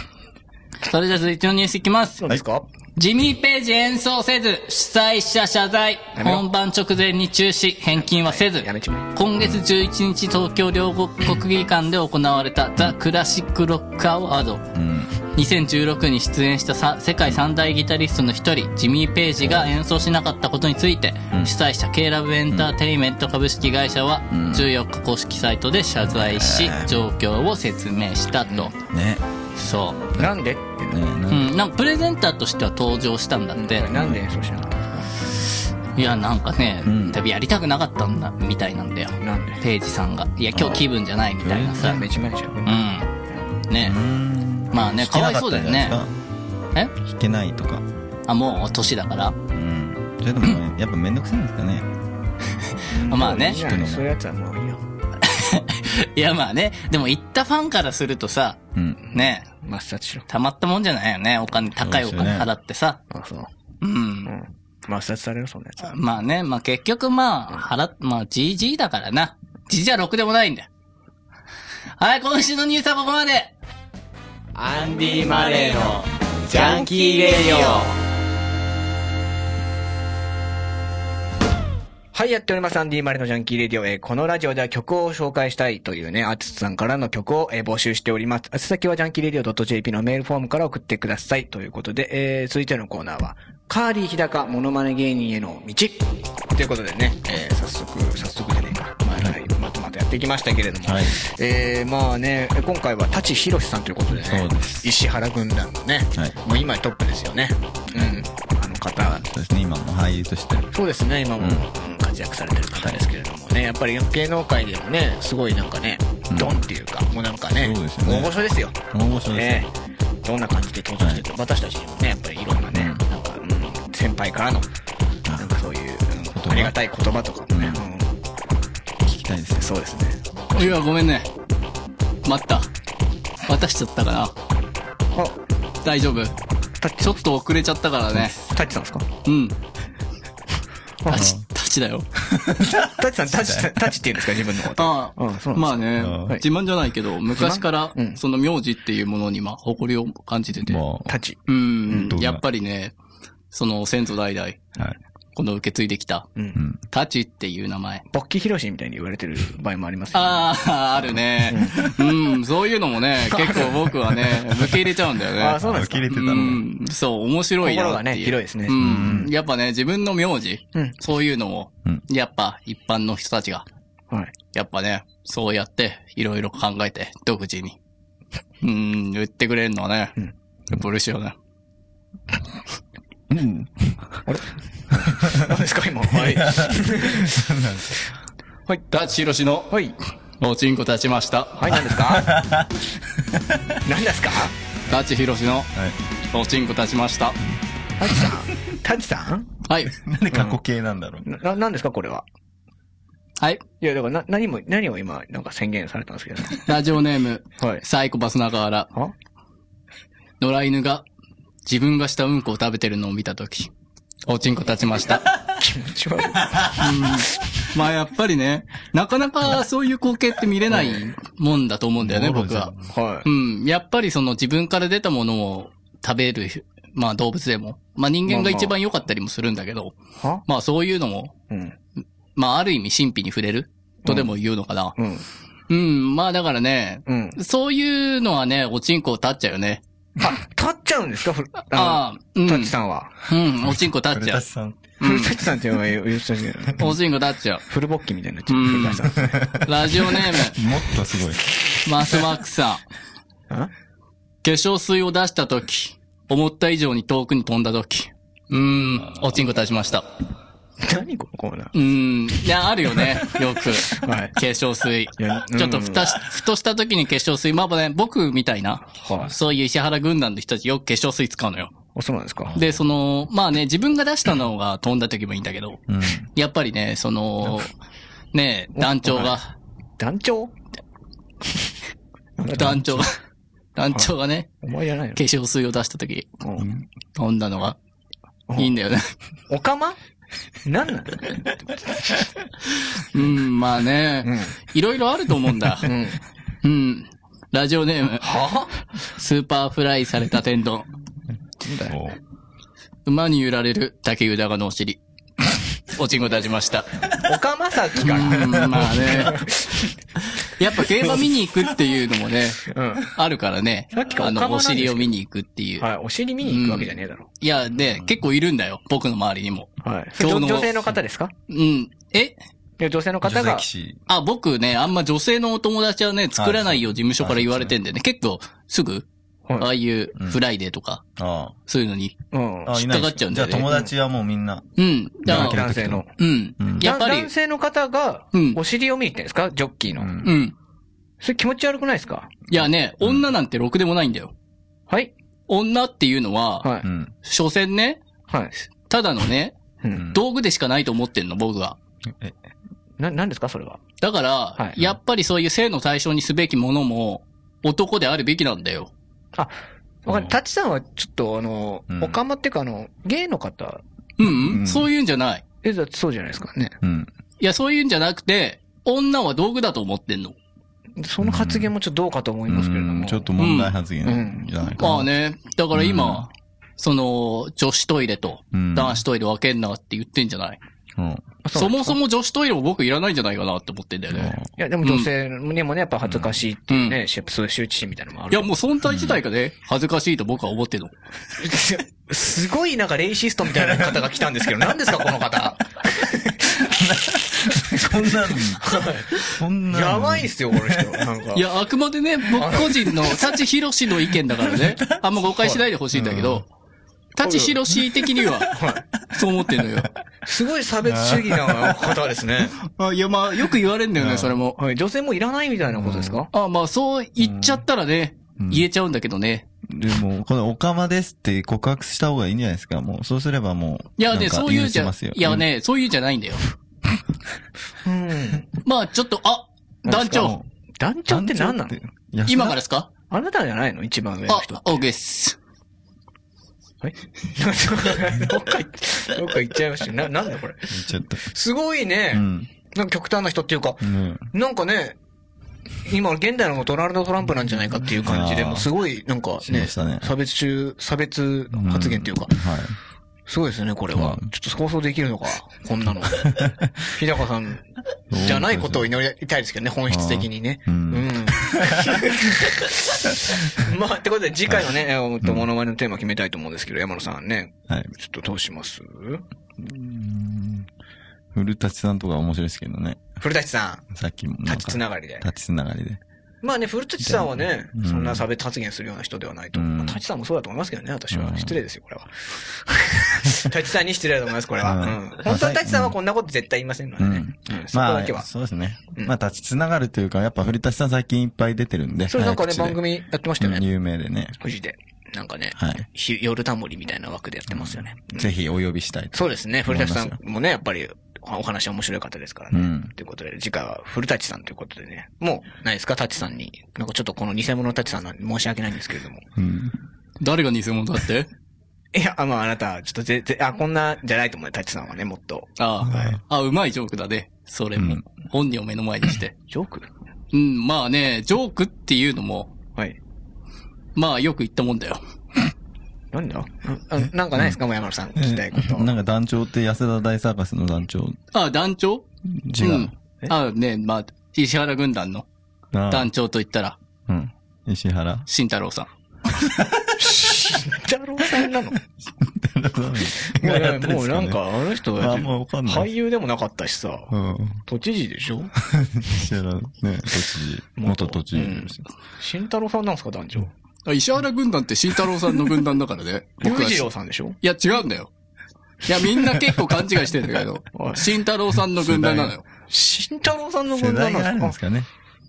それじゃあ続いてのニュースいきます。
そうですか
ジミーページ演奏せず、主催者謝罪、
やめろ
本番直前に中止、返金はせず、
やめちま
今月11日東京両国国技館で行われたザ・クラシック・ロック・アワード。
うん。
2016に出演したさ世界三大ギタリストの一人、ジミー・ページが演奏しなかったことについて、主催者 K ラブエンターテインメント株式会社は、14日公式サイトで謝罪し、状況を説明したと。
ね。
そう。
え。なんでって
ねな
うん、なんかプレゼンターとしては登場したんだって。
なんでそうしなかった
いや、なんかね、
ん
多分やりたくなかったんだ、みたいなんだよ。
なんで
ページさんが。いや、今日気分じゃないみたいなさ。
やめちまえじゃん。
うん。ね
ん
まあね、かわいそうだよね。え
弾けないとか。
あ、もう年だから。
うん。それでもね、やっぱめんどくさいんですかね。
まあね
いい。じゃないそういうやつはもういいよ。
いや、まあね。でも行ったファンからするとさ、
うん。
ね、
抹殺しろ。
たまったもんじゃないよね。お金、高いお
そうです
金
よね
払ってさ。
あ、そう。
うん
う。ん。抹殺される、そんなやつは。
まあね、まあ結局まあ、払っ、まあ GG だからな。GG じゃろくでもないんだよ。はい、今週のニュースはここまで
アンディ・マレーのジャンキー・レディオ
はい、やっております。アンディ・マレのジャンキー・レディオ。えーこのラジオでは曲を紹介したいというね、アーティストさんからの曲を、えー募集しております。宛先はジャンキー・レディオ .jp のメールフォームから送ってください。ということで、えー、続いてのコーナーは、カーリー・日高モノマネ芸人への道ということでね、えー、早速、早速じゃねえか。まあはい、またまたやってきましたけれども。
はい
えー、まあね、今回は、舘ひろしさんということでね、
そうです
石原軍団のね、
はい
もう今トップですよね。うん、あの方
そうですね、今も俳優として。
そうですね、今も、うん活躍されてる方ですけれどもね、やっぱり芸能界でもね、すごいなんかね、ドンっていうか、もうなんかね、
そうですよね
大御所ですよ。
大御所です
ねどんな感じで登場してるか、私たちにもね、やっぱりいろんなね、なんか、うん、先輩からの、なんかそういう、うん、
葉
ありがたい言葉とかもね、
聞きたいです
う
よ
ん、。そうですね。
いや、ごめんね。待った。渡しちゃったかな
あ、
大丈夫
タッチ
ちょっと遅れちゃったからね。
タッチさんですか
うん。タチ、タチだよ。
タッチさん、タッチ、タッチって言うんですか自分のこと。
あ あ、
うんそうなんですよ
まあね、
うん
自慢じゃないけど、昔から
自慢う、ん
その名字っていうものに、まあ、誇りを感じてて。
も
タッチ。
う
うん
ん
ど、うな
やっぱりね、その先祖代々、
う、はい。
この受け継いできた、
うん
うん。
タチっていう名前。
勃起ヒロシみたいに言われてる場合もありますよね
ああ、あるね。うん、そういうのも ね、結構僕はね、受け入れちゃうんだよね。
あーそうなんですか
切れてた
う
の。
ん、そう、面白いなっていう。
心がね広いですね
うん。やっぱね、自分の名字、
うん
そういうのを、
うん
やっぱ一般の人たちが、
はい。
やっぱね、そうやって、いろいろ考えて、独自に。うん、言ってくれるのはね、
うん
やっぱ嬉しいよね。
うん。
何ですか今。はい。
はい。ダチヒロシの、
はい。
おちんこ立ちました。
はい、何ですか何ですか
ダチヒロシの、
はい。
おちんこ立ちました。
タッチさんタッチさん
はい。
なんで過去形なんだろう。
な、何ですかこれは。
はい。
いや、だからな、何も、何を今、なんか宣言されたんですけどね。
ラジオネーム、
はい。
サイコパス中原、
は
野良犬が、自分がしたうんこを食べてるのを見たとき、おちんこ立ちました。
気持ち悪い。
まあやっぱりね、なかなかそういう光景って見れないもんだと思うんだよね、
うん
僕は。
は
う
い。
ん。やっぱりその自分から出たものを食べる、まあ動物でも。まあ人間が一番良かったりもするんだけど、
は
まあそういうのも、
うん。
まあある意味神秘に触れるとでも言うのかな。
うん。
うん、まあだからね、
うん。
そういうのはね、おちんこ立っちゃうよね。
あ、立っちゃうんですかふあ
ああ、う
の、
ん。
タッチさんは。
うん、おちんこ立っ
古
ちゃ
田
う。
さん。
フルタッチさんって言えば言ってたけど、
おちんこ立っちゃう。
フルボッキみたいになっちゃ
う
う。
ん
古田さんですね。
ラジオネー
もっとすごい。
ム、マスマックさん。
あ
化粧水を出したとき、思った以上に遠くに飛んだとき、うーん、おちんこ立ちました。
何このコーナー
うーん、いや、あるよね、よく。
はい
化粧水。
や
ちょっとふたし、ふとしたときに化粧水、まあまあね、僕みたいな、
はい
そういう石原軍団の人たちよく化粧水使うのよ。
あ、そうなんですか。
で、その、まあね、自分が出したのが飛んだときもいいんだけど、
うん。
やっぱりね、その、ね、団長が、
団長
団長が、団長がね、
お前じゃないの
化粧水を出したとき、
うん
飛んだのが、いいんだよね。
おかま何 なの
うん、まあね、いろいろあると思うんだ。
ん
うん。ラジオネーム、
は
スーパーフライされた天丼、
お
馬に揺られる竹豊がのお尻。おちんこ出しました。
おかまさき
う
から。
ん、まあね。やっぱ競馬見に行くっていうのもね、
うん。
あるからね
さっき。から
あ
お釜
の、
なん
お
ですけど
尻を見に行くっていう。
はい、お尻見に行くわけじゃねえだろ。
いや、で、結構いるんだよ。僕の周りにも。
はい。
今
女
日の
女性の方ですか
うん。え
いや、女性の方
女性
が
騎。士。
あ、僕ね、あんま女性のお友達はね、作らないよ、事務所から言われてんでね。結構、すぐ、あ
は
あ
い。
いうフライデーとか、
あ
そういうのに。
うん
あ。。あ、い
引っ
ない
かかっちゃうん
じ
だ
ゃ
よ
あ
ね
友達はもうみんな。
うん。じゃあ、
男性の。
うん
うん。
やっぱ
だ
り
男、性の方が
うん、
お尻を見に行ってんですかジョッキーの。
うん。
うん。
それ気持ち悪くないですか
いやね、女なんてろくでもないんだよ。
はい
女っていうのは、
はいう
ん。
所詮ね、
はい。
ただのね、
うん。
道具でしかないと思ってんの、僕は。
え、
な、何ですかそれは。
だから、
はい
やっぱりそういう性の対象にすべきものも、男であるべきなんだよ。
あ、わかる。タッチさんはちょっとあの
う、ん
おかまっていうかあの、ゲイの方、
うん、
う
うんん、そういうんじゃない。
え、だってそうじゃないですかね。
うん。
いや、そういうんじゃなくて、女は道具だと思ってんの。
その発言もちょっとどうかと思いますけれど
う
も。
んちょっと問題発言じゃないかな。
まあね、だから今、その、女子トイレと
うん
男子トイレ分けんなって言ってんじゃない、
うん。
そもそ
も。
も女子トイレも僕いらないんじゃないかなって思ってんだよね。
いや、でも女性にもね、やっぱ恥ずかしいっていうね、シェプス周知心みたいなのもあ
い
る。
や、もう存在自体がね、恥ずかしいと僕は思ってるの。
すごいなんかレイシストみたいな方が来たんですけど、何ですかこの方。
そんなの、そんなの
やばいっすよ、この人。なんか。
いや、あくまでね、僕個人の、タチヒロシの意見だからね、あんま誤解しないでほしいんだけど、タチヒロシ的には、そう思ってんのよ。
すごい差別主義な方ですね。
あいや、まあ、よく言われんだよね、それも。
はい、女性もいらないみたいなことですか
あまあ、そう言っちゃったらね、言えちゃうんだけどね。
でも、このオカマですって告白した方がいいんじゃないですかもう、そうすればもう。
いや
なん
ね、
か
そういうんじ
許せ
ゃ
ま、すよ
いや。ね、そういうんじゃないんだよ。
うん。
まあ、ちょっと、あ、団長、
団長って何なの
団長っていや
今からですか
あなたじゃないの一番上の
あ
人。、
オーケーです。
え どっか行っ、どっか行っちゃいましたよな、なんだこれ。
ちょっと。
すごいうね、
ん。
なんか極端な人っていうか
う、ん。
なんかね、今、現代のドナルド・トランプなんじゃないかっていう感じで、
あー
もうすごい、なんか
しま
ね、
したね
差別中、差別発言っていうか、
はい。
すごいですね、これは。
うん
ちょっと放送できるのか、こん なの。日高さんじゃないことを祈りたいですけどね、本質的にね。
う
うんん。 まあ、ってことで次回のね、えーっと、モノマネのテーマ決めたいと思うんですけど、山野さんね、
はい。
ちょっとどうします
古舘さんとか面白いですけどね。
古舘さ
さっきも
ん、
なん
立ち
か。
つながりで。
立ちつながりで。
まあね、古舘さんはね、
うん
そんな差別発言するような人ではないと。
うん
まあ舘さんもそうだと思いますけどね、私
う
は。
ん
失礼ですよ、これは。 舘さんに失礼だと思います、これは。
うん
うん本当は舘さんはこんなこと絶対言いませんのでね。うんそこだけ
ま
は
あ、。そうですね。
うん
まあ、立ちつながるというか、やっぱ古舘さん最近いっぱい出てるんで。
それなんかね、
早口
番
で
組やってましたよ
うん
ね。
有名でね。
富士で。なんかね、
はい
ひ夜タモリみたいな枠でやってますよね。うん
ぜひお呼びしたいと。
そうですね。古舘さ
思
ん
い
もね、やっぱりお話面白い方ですから
う
ね。
ん。
ということで、次回は古舘さんということでね。もう、ないですか舘さんに。なんかちょっとこの偽物舘さんなんで申し訳ないんですけれども。
うん。
誰が偽物だって
いや、あまああなた、ちょっとぜ、ぜ、あ、こんなじゃないと思うよ、舘さんはね、もっと。
ああ、あ、うまいジョークだね。それも。
うん
本人を目の前にして。
ジョーク
うん、まあね、ジョークっていうのも、
はい。
まあよく言ったもんだよ。
なんだあなんかないですか、もう山野さん。聞きたいこと。
なんか 団長って安田大サーカスの団長。
あ、団長
違う。
ん
え
あ、ね、まあ、石原軍団の
ああ
団長と言ったら、
うん。石原。
慎太郎さん。
太郎さん なの いやいやもうなんか、あの人は、
あんまわかんない
俳優でもなかったしさ、
うん。
都知事でしょ
石原、ね、都知事。元都知事ですよ。
慎太郎さんなんですか、団長。
あ石原軍団って慎太郎さんの軍団だから ね。
裕
は
次郎さんでしょ
いや、違うんだよ。いや、みんな結構勘違いしてんだけ ど
お、い
慎太郎さんの軍団なのよ。
慎太郎さんの
世
軍団
代が
な
あ
ん
るん
で
ですす
か
かね。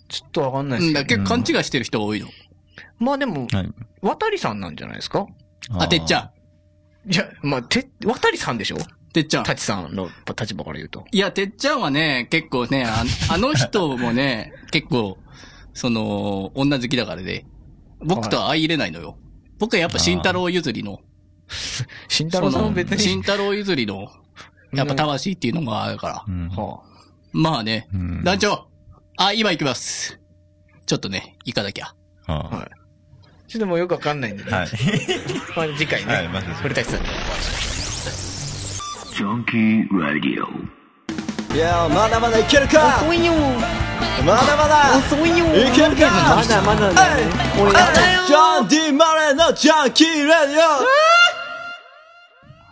ちょっとわかんな
う
いです
ん、
け
だ
ど。
から結構勘違いしてる人が多いの。
まあでも、
はい。
渡りさんなんじゃないですか
あ、てっちゃん。
いや、まあ、て、渡りさんでしょ
てっちゃん。
舘さんの立場から言うと。
いや、てっちゃんはね、結構ね、ああの人もね、 結構、その、女好きだからね、僕とは相入れないのよ。僕はやっぱ慎太郎譲りの、
慎太
そ
郎さん
の
は別
慎
に。
太郎譲りの、やっぱ魂っていうのがあるから
う。ん。
は
まあね、
うん
団長あ、今行きます。ちょっとね、行かなきゃ。
あ、は。
はい
ちょっともうよくわかんないんでね。
い。はい。
まあ次回ね。
はいまず
古舘さんに。
いやまだまだいけるか遅いよまだまだ遅いよいけるかまだまだだよジャンディ・マレーのジャンキー・レディオ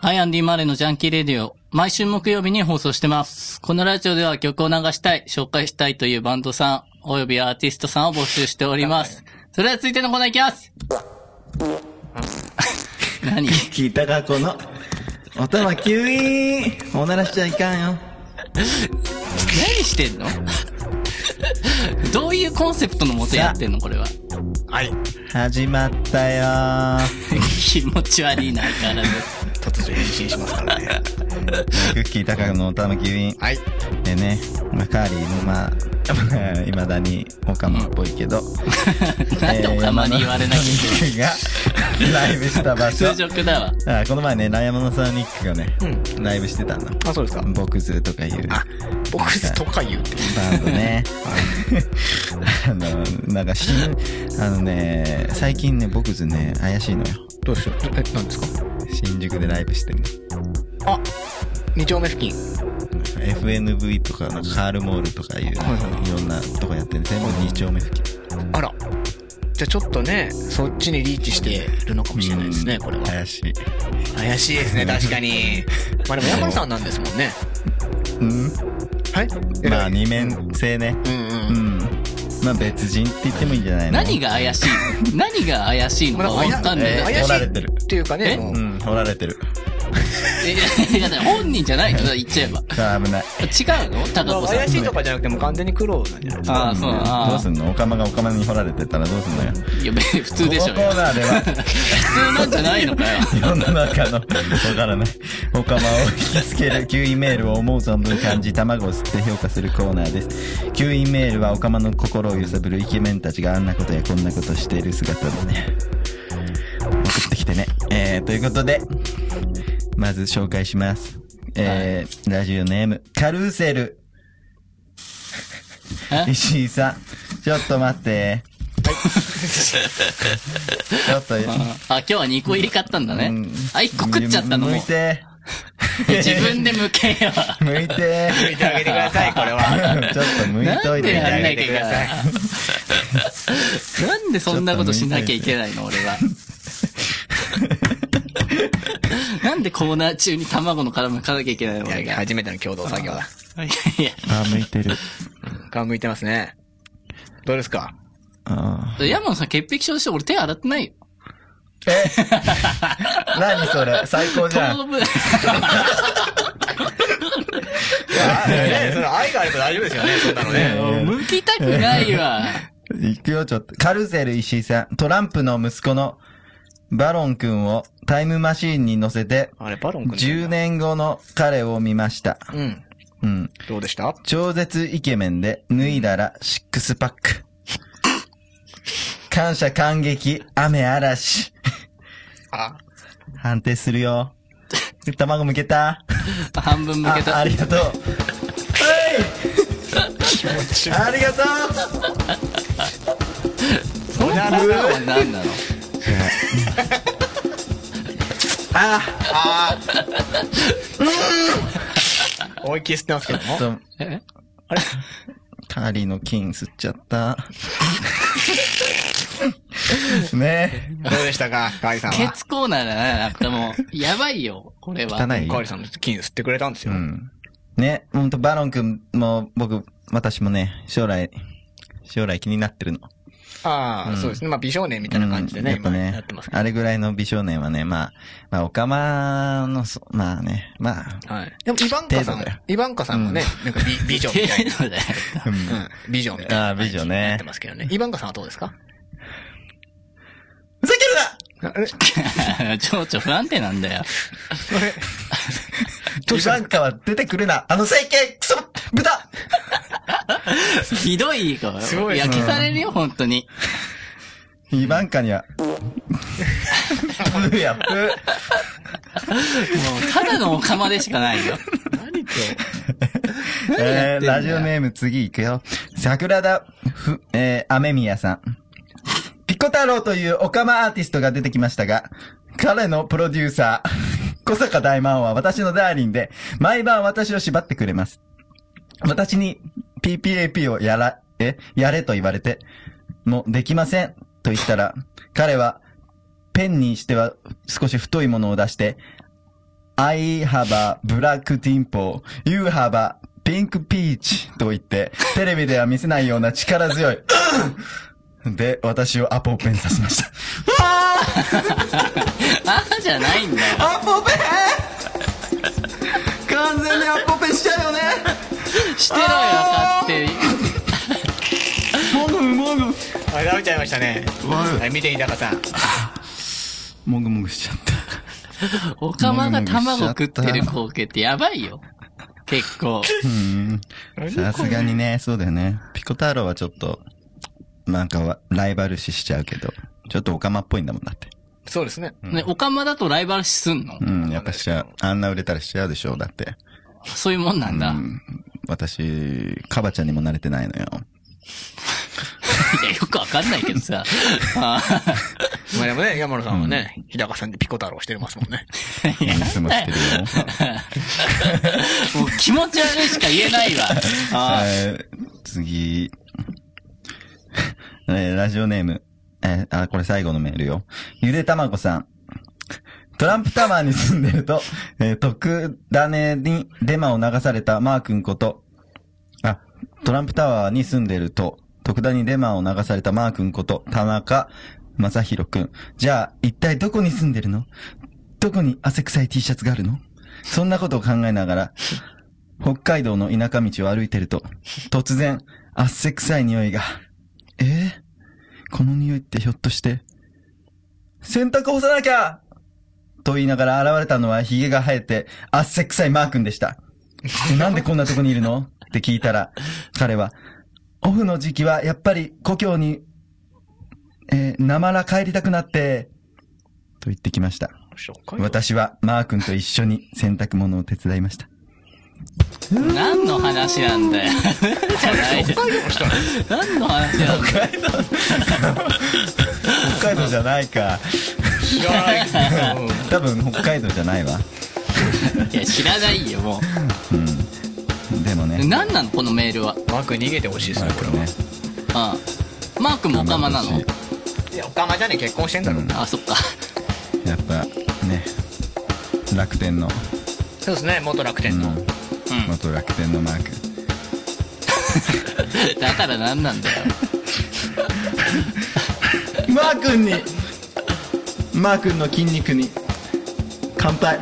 はい、アンディ・マレーのジャンキー・レディオ。毎週木曜日に放送してます。このラジオでは曲を流したい、紹介したいというバンドさん、およびアーティストさんを募集しております。それでは続いてのコーナーいきます何
聞いたか、この、おたまキュイーンおならしちゃいかんよ。
何してんのどういうコンセプトのもとやってんのこれは。
はい。
始まったよ ー。
気持ち悪いな、相変わらず。
突如変身しますからね。
聞いたか、このおたまキュイーン。
はい。
でね、まあ、カーリーもまあ、 いまだにオカマっぽいけど、
なんでおかまに言われなきゃいけない
けない が、ライブした場所
通。常だわ。
あこの前ね、ライアマノサーニックがね、ライブしてたの。
あ、そうですか。
ボクズとかいうバ
あ、ボックスとか言うて。
ンドね。 あの、なんかしん、あのね、最近ね、ボクズね、怪しいのよ。
どうしよう。え、何ですか
新宿でライブしてるの。
あ、二丁目付近。
FNV とか、なんかカールモールとかいう、い
はいはい
ろんなとこやってる全部2丁目付近。
あら。じゃあちょっとね、そっちにリーチしてるのかもしれないですね、これは。
怪しい。
怪しいです ね、確かに。まあでも山野さんなんですもんね。
うん。
はい
まあ、二面性ね。
うんう。
うんん。まあ、別人って言ってもいいんじゃないの
何が怪しいの何が怪しいのかわかんない。
怪
え
しい
掘られてる。
っていうかね、
え
もう
うん、掘られてる。
いやいや、いや本人じゃないのだから言っちゃえば。
あ危ない。
違うの
ま
高
あ
子さん。
怪しいとかじゃなくてもう完全に苦労なんじゃないですか。
ああ、そうな
ど
の
うすんのオカマがオカマに掘られてたらどうすんのよ。
いや、べ普通でしょ。
このコーナーでは、
普通なんじゃないのかよ。
世の中の、わからない、オカマを引きつけるキュウイメールを思う存分感じ、卵を吸って評価するコーナーです。キュウイメールはオカマの心を揺さぶるイケメンたちがあんなことやこんなことしている姿だね。送ってきてね。ええーということで、まず紹介します。えーラジオネーム、カルーセル。
え
石井さん、ちょっと待って。ちょっと、
あ、今日は2個入り買ったんだね
うん。
あ、1個食っちゃったのもう
むいて。
自分で向けよ。
む いて。
向いて あげてください、これは。
ちょっとむいといて。
なんでやんな
向
い
いてください。
なんでそんなことしなきゃいけないの俺は。なんでコーナー中に卵の殻むかなきゃいけないの俺
いや
が。い
初めての共同作業だ。
や
あ、むいてる。
顔向いてますね。どうですか
あ
いや、山野さん潔癖症でしょ俺手洗ってないよ。
ーえ何それ最高じゃ
当
ん。
分。
いや、ね、その愛があれば大丈夫ですよね、そんなの ね。
向きたくないわ。
行くよ、ちょっと。カルセル石井さん、トランプの息子のバロン君をタイムマシーンに乗せて、
あれ、バロン君だ
10。年後の彼を見ました。
うん。
うん。
どうでした
超絶イケメンで、脱いだらシックスパック。感謝感激、雨嵐。
あ、
判定するよ。卵むけた
半分向け
あ
た。
あ
あ
りがとう。
ち
はいありがとう
そのコーナーは何なの
あ
思いっきり吸ってますけど も。
ちょっと、
え
タリの金吸っちゃった。ね
どうでしたか、カーリさん
ケ
は。
ツコーナーだな、なんかもう。やばいよ、これは。
汚い
カーリさんの金吸ってくれたんです
う
よ。
ん。ね、ほんと、バロン君も、僕、私もね、将来、将来気になってるの。
ああ、そうですね。まあ、美少年みたいな感じでね、
うんやっぱ
今
ね
やってますけ
あれぐらいの美少年はね、まあ、まあ、おかまの、そまあね、まあ、
ど。はい。でも、イバンカさ
程度だ
ん
よ、
イバンカさんもね、なんか 美美女みたいな。
程度だよ
うん。美女みたいな。
ああ美女ね
やってますけどね。イバンカさんはどうですか
ふざける な
情緒不安定なんだよ。
トシバンカは出てくるなあの整形クソ豚
ひどいよ。
すごい
焼きされるよ、本当に。
イバンカに は、プーやプー。
もう、ただのオカマでしかないよ。
何と。
え
ん
ー、
だよ
ラジオネーム次行くよ。桜田ふ、えー、雨宮さん。ピコ太郎というオカマアーティストが出てきましたが、彼のプロデュー サー、小坂大魔王は私のダーリンで、毎晩私を縛ってくれます。私に PPAP をやら、え、やれと言われて、もうできませんと言ったら、彼は、ペンにしては少し太いものを出して、I have a black dimple, you have a pink peach と言って、テレビでは見せないような力強い、うんで、私をアポペンさせました。
ああじゃないんだよ。
アポペン完全にアポペンしちゃうよね
してろよ、勝手に。
もぐもぐ。
あれ、食べちゃいましたね。はい、見て、いたかさん。
もぐもぐしちゃった。
オカマが卵食ってる光景ってやばいよ。結構。
うん。さすがにね、そうだよね。ピコ太郎はちょっと、なんかはライバル視しちゃうけど、ちょっとオカマっぽいんだもんだって。
そうですね。
ね、オカマだとライバル視すんの
うん、やっぱしちゃう。あんな売れたらしちゃうでしょ、だって。
そういうもんなんだ。い
私、カバちゃんにも慣れてないのよ。
や、よくわかんないけどさ。あ
まあでもね、山野さんはね、日高さんでピコ太郎してますもんね。
いつもしてるよ。
ーもう気持ち悪いしか言えないわ。あ
えー次。えーラジオネーム。えーあ、これ最後のメールよ。ゆでたまごさん。トランプタワーに住んでると、えー特ダネにデマを流されたマー君こと、あ、トランプタワーに住んでると、特ダにデマを流されたマー君こと、田中正宏君。じゃあ、一体どこに住んでるのどこに汗臭い T シャツがあるのそんなことを考えながら、北海道の田舎道を歩いてると、突然、汗臭い匂いが。えーこの匂いってひょっとして、洗濯干さなきゃと言いながら現れたのは髭が生えて、汗臭いマー君でした。なんでこんなとこにいるのって聞いたら、彼は、オフの時期はやっぱり故郷に、えーなまら帰りたくなって、と言ってきました。
紹介は
私はマー君と一緒に洗濯物を手伝いました。
何の話なんだよ。じゃないです。何の話なんだよ。
北海道じゃないか。
知らないけど。
多分北海道じゃないわ。
いや、知らないよ、も
うん。でも
う。
ね。
何なの、このメールは。
マーク逃げてほしいです
マ
ね、
ー
これ
君
は
ね。。
うん。マークもオカマなの
頑張って
いや、おかまじゃねえ、結婚してんだろ。
あ、そっか。
ほしいやっぱ、ね。楽天の、
そうですね、元楽天の。
うん。
元楽天のマー君。
だから何なんだよ。
マー君に、マー君の筋肉に、乾杯。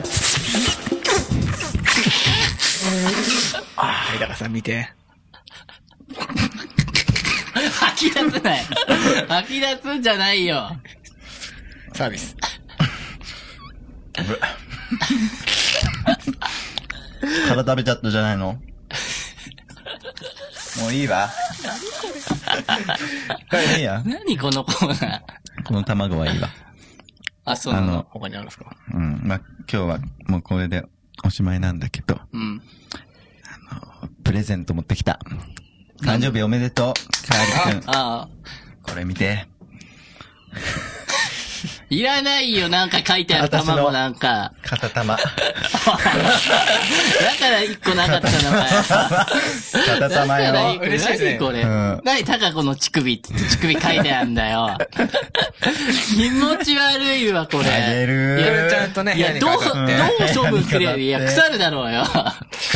はい、だからさん見て。
吐き出せない。吐き出すんじゃないよ。
サービス。
から食べちゃったじゃないのもういいわ。いいや。
何このコーナー。
この卵はいいわ。
あ、そうな
あの
の。
他にあるんですか
うん。まあ、今日はもうこれでおしまいなんだけど、
うん。
プレゼント持ってきた。誕生日おめでとう、かーりくん。
ああ。
これ見て。
いらないよ、なんか書いてある
私の
卵なんか。
片 玉。
だから一個なかったの か
片
よ。だか
玉よ。
ら一
よ
個何これ。
うん
何、タカ子の乳首って乳首書いてあんだ よ。気持ち悪いわ、これ。
あげる
いや
ー
ちゃんとね、
いや、どう、ど
って
う処分すりゃいいいや、
部屋に飾
腐るだろうよ。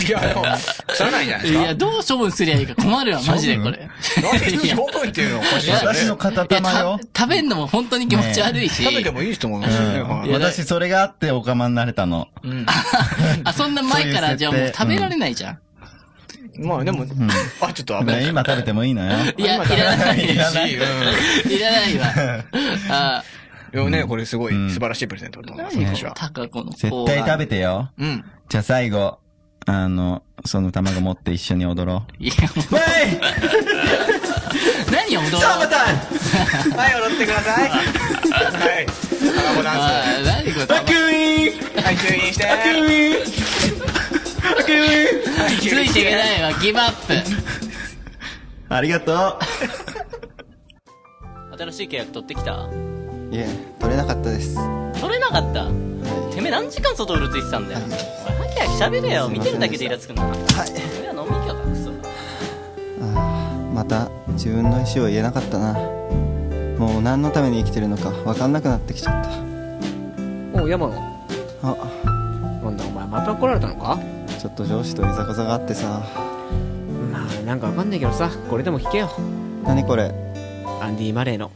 いや、でも、腐らないじゃない
いや、
で
どう処分すりゃいいか困るわ、マジで
処
こ
分
れ。
すか。なん
い
で
や
処分っていうのおかしいですよね。
私の片玉よ
いや。た食べんのも本当に気持ち悪いし。
食べてもいいと思うんですよね
う
は
ん
い。
私それがあっておかまになれたの。
うん。
あ、そんな前か
そうい
ら
う設定
じゃあもう食べられないじゃん。
まあでも、あ、ちょっと危ない。
ね今食べてもいいのよ。
いや、いらない
い
し。
らない。うん
いらないわ。あ
でもね、これすごい
うん
素晴らしいプレゼントだと思います、
何
私
こ
は。
タカ子の
絶対食べてよ。
うん。
じゃあ最後、あの、その卵持って一緒に踊ろう。
いや、も
ウェイ
う、何を踊ろう。
タイム
はい、踊ってください。はい。アラボダン
あ何これ。
イ
ス。はい、吸引して。
ーン
はい
ついていけないわ、ギブアップ。
ありがと
新しい契約取ってきた
いえ取れなかったですは
取れなかった。
い
てめえ何時間外うるついてたんだよ。おい、ハキハキ喋れよ。見てるだけでイラつくな。
はい
俺は飲み行きゃだ、クソ。
あーまた自分の意思を言えなかったなもう何のために生きてるのか分かんなくなってきちゃっ
おう山野
たあ
なんだお前また怒られたのか
ちょっと上司といざこざがあってさ
まあなんかわかんないけどさこれでも聞けよ
何これ
アンディ・マレーの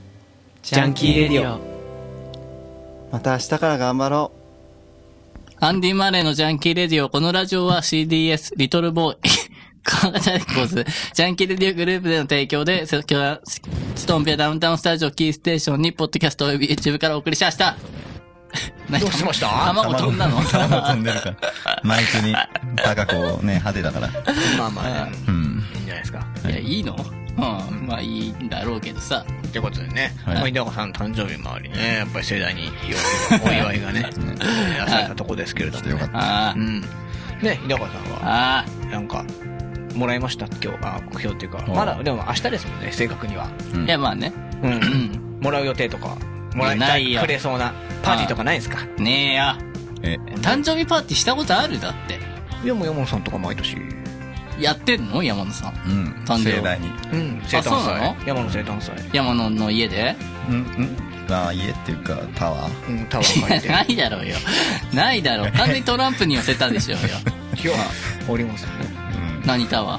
ジャンキーレディオ
また明日から頑張ろ
アンディ・マレーのジャンキー・レディオ。このラジオは CDS、リトルボーイ、 川形レコーズ、ジャンキー・レディオグループでの提供で、せきょらスストンピアダウンタウンスタジオキーステーションに、ポッドキャストおよび YouTube からお送りしました。
どうしました
卵飛んだの
卵飛んでるから。マイクに、高子ね、派手だから。
まあまあね。
うん。
いいんじゃないですか。
いや、いいのうん。まあ、いいんだろうけどさ。
ということでね、
はい
まあ、稲子さんの誕生日もありね、やっぱり盛大にお祝いお祝いがね、えーされたとこですけれども、
よかっ
ね。
た。
あ
うん。ね、稲子さん
あ。
は、
ああ。
なんか、もらいました今日、あ、目標っていうか、
お
まだ、でも明日ですもんね、正確には。
うん
いや、まあね。
う。
うんん。
もらう予定とか、もらいた
ない
い
よ
くれそうなパーティーとかないんですか
ねえや。
え、
誕生日パーティーしたことあるだって。
いや、もう山本さんとか毎年。
やってんの山野さん。
うん。
誕生日
盛大に。
うん、生誕
そうな
祭
の。
山の生誕祭。
山野の家で
うん、うん。まあ、家っていうか、タワー。
うん、タワー借りて。
ないだろうよ。ないだろう。完全にトランプに寄せた でしょうよ。
今日は、おりますよね。
うん。
何タワー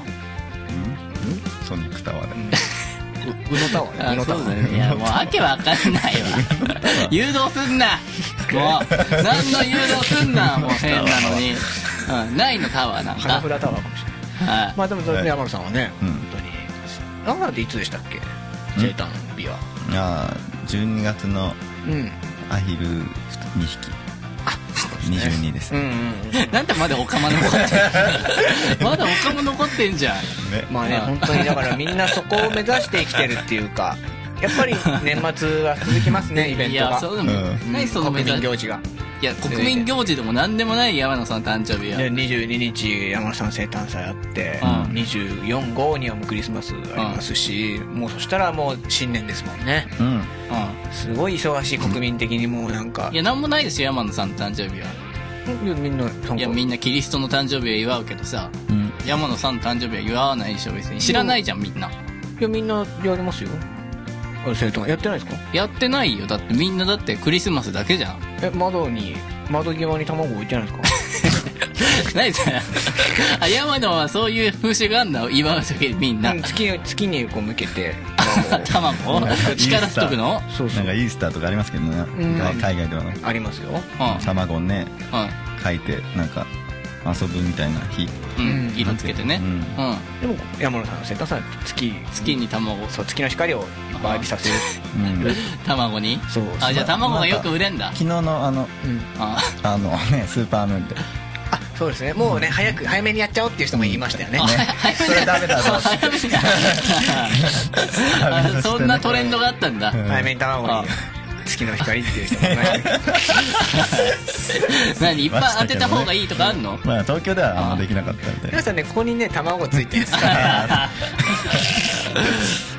ソニックタワーだね。
うのタワーね。うのタワー。
ね。いや、もう訳わかんないわ。 誘導すんなもう、何の誘導すんなもう変なのに。うん、ないのタワーなん
花
か。
札タワーかもしれない。
はい。
まあでも、
はい
山野さんはね、
うん
本当に。山野さんっていつでしたっけ生誕日は。
あー12月の
うん。
アヒル2匹。22です
うんう
ね。
ん
なんでまだオカマ残って んまだオカマ残ってんじゃん。
うん。まあね、
まあ
本当に、だからみんなそこを目指して生きてるっていうか、やっぱり年末は続きますね、イベン
い
ト
や、
が。
そうでも、
うん
何その
国
珍
民
しい
行事が。
いや、国民行事でも何でもない山野さんの誕生日
で
や。
22日、山田さん生誕祭あって、
うん
24号にはもうクリスマスありますし、もうそしたらもう新年ですもんね。
うん。
う
すごい忙しい国民的にもうなんか
ん。い、や、なんもないですよ、山野さんの誕生日は。
いやみんな、
いや、みんなキリストの誕生日は祝うけどさ、
うん。
山野さんの誕生日は祝わないでしょ、別に。知らないじゃん、みんな。
いやみんなやりますよ。あれ生誕やってないですか
やってないよ。だってみんなだってクリスマスだけじゃん。
え、窓に、窓際に卵置いてないですか
ないじゃん。 あ、山野はそういう風習があんだ、祝う時にみんな
うん。月に、月にこう向け て、
卵を光らしとくの
そうそ
なん
う
か。イースターとかありますけどね。海海外ではね。
ありますよ。
う
卵ね、
ん。
書いて、なんか、遊ぶみたいな日。
うん。うん。色つけてね。
う
うんん。
でも、山野さんの生誕祭は月、
月に卵を、
そう、月の光をいっぱい浴びさせる。
うん。昨
卵に。
そう。
あ、じゃあ卵がよく売れんだ。
日のあの、
うん。
あ
あのね、スーパームーンで。
あ、そうですね。もうね、早く、早めにやっちゃおうっていう人も言いましたよね。
それダメだぞ。
あそんなトレンドがあったんだ。
早めに卵に、月の光っていう人もいましたけ ど。
何いっぱい当てた方がいいとかあんの
まあ東京ではあんまできなかったみたい
皆
な。
さんね、ここにね、卵ついてるん ですから、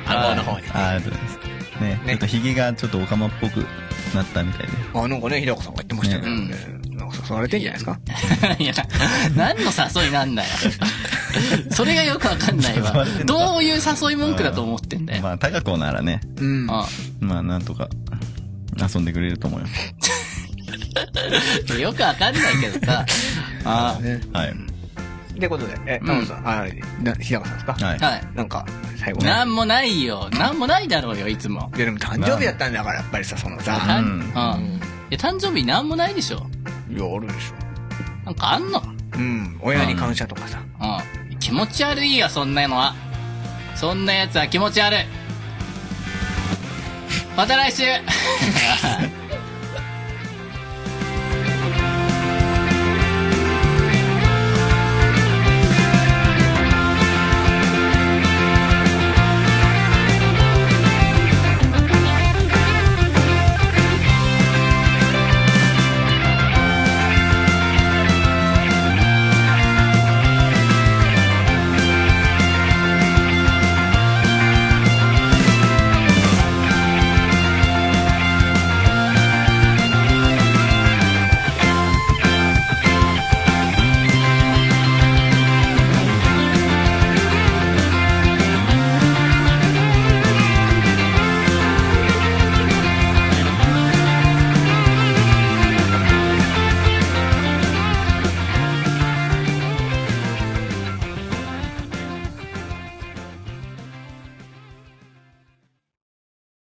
顎の方に。
あありがとうございます。ね、ちょっとひげがちょっとオカマっぽくなったみたいで。
あ、なんかね、日高さんが言ってましたよね。なんか誘われてんじゃないですか
いや、何の誘いなんだよ。 それがよくわかんないわ。どういう誘い文句だと思ってんだよ。
まあ高子ならね、
うん。
あ
まあなんとか遊んでくれると思うよ。
よくわかんないけどさ。あ
はい。
ってことで、え、タモリさん、あ、な日高さんですか
はい。
はい。
なんか、最後。
なんもないよ。なんもないだろうよ、いつも。
いやでも誕生日だったんだから、やっぱりさ、その
た
さ、
ん
うん
うん。いや、誕生日なんもないでしょ。
いや、あるでしょ。
なんかあんの
うん、親に感謝とかさ。
うん。気持ち悪いよ、そんなのは。そんなやつは気持ち悪い。また来週